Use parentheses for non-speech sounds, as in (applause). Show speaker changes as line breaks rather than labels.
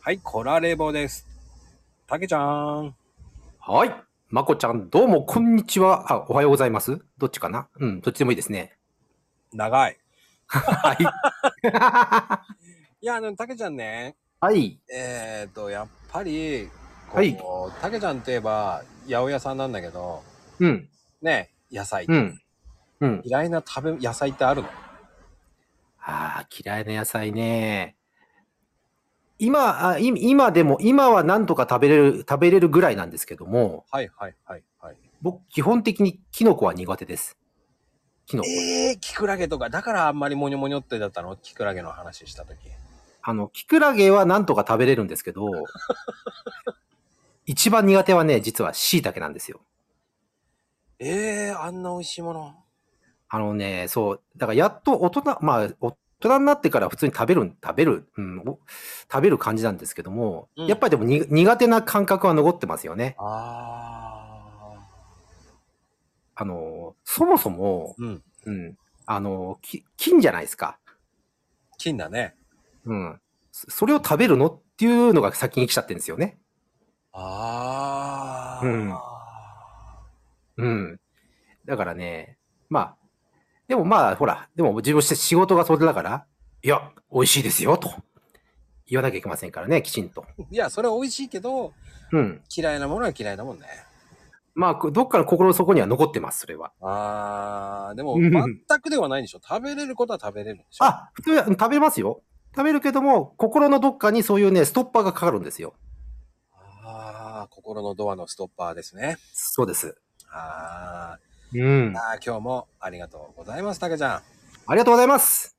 はい、コラレボです。たけちゃん。
はい。まこちゃん、どうも、こんにちは。あ、おはようございます。どっちかなうん、どっちでもいいですね。
長い。
はい。
(laughs) いや、あの、たけちゃんね、
はい。
えっ、ー、と、やっぱり、
はい
こうたけちゃんといえば、八百屋さんなんだけど、
うん、
ね、野菜。
うん。うん。
嫌いな食べ、野菜ってあるの
ああ、嫌いな野菜ね。今あ、い今でも、今は何とか食べれる、食べれるぐらいなんですけども、
はいはいはいはい。
僕、基本的にキノコは苦手です。キノコ。
えー、キクラゲとか、だからあんまりモニョモニョってだったのキクラゲの話したとき。
あの、キクラゲは何とか食べれるんですけど、一番苦手はね、実は椎茸なんですよ。
えー、あんな美味しいもの。
あのね、そう、だからやっと大人、まあ、大人になってから普通に食べる、食べる、うん、お食べる感じなんですけども、
うん
やっぱりでもに苦手な感覚は残ってますよね。
あ
あの、そもそも、
ー。うん。
うん、あの、き菌じゃないですか。
金だね。
うん。そそれを食べるのっていうのが先に来ちゃってるんですよね。
あー。
うんうん。だからね、まあ、でもまあ、ほら、でも自分して仕事がそれだから、いや、美味しいですよ、と。言わなきゃいけませんからね、きちんと。
いや、それは美味しいけど、
うん。
嫌いなものは嫌いだもんね。
まあ、こどっかの心の底には残ってます、それは。
あー、でも
うん
全くではないんでしょ。食べれることは食べれるんでしょ。
あ、普通はうん食べますよ。食べるけども、心のどっかにそういうね、ストッパーがかかるんですよ。
あー、心のドアのストッパーですね。
そうです。
あ
うん
ー、。あー今日もありがとうございます、たけちゃん。
ありがとうございます。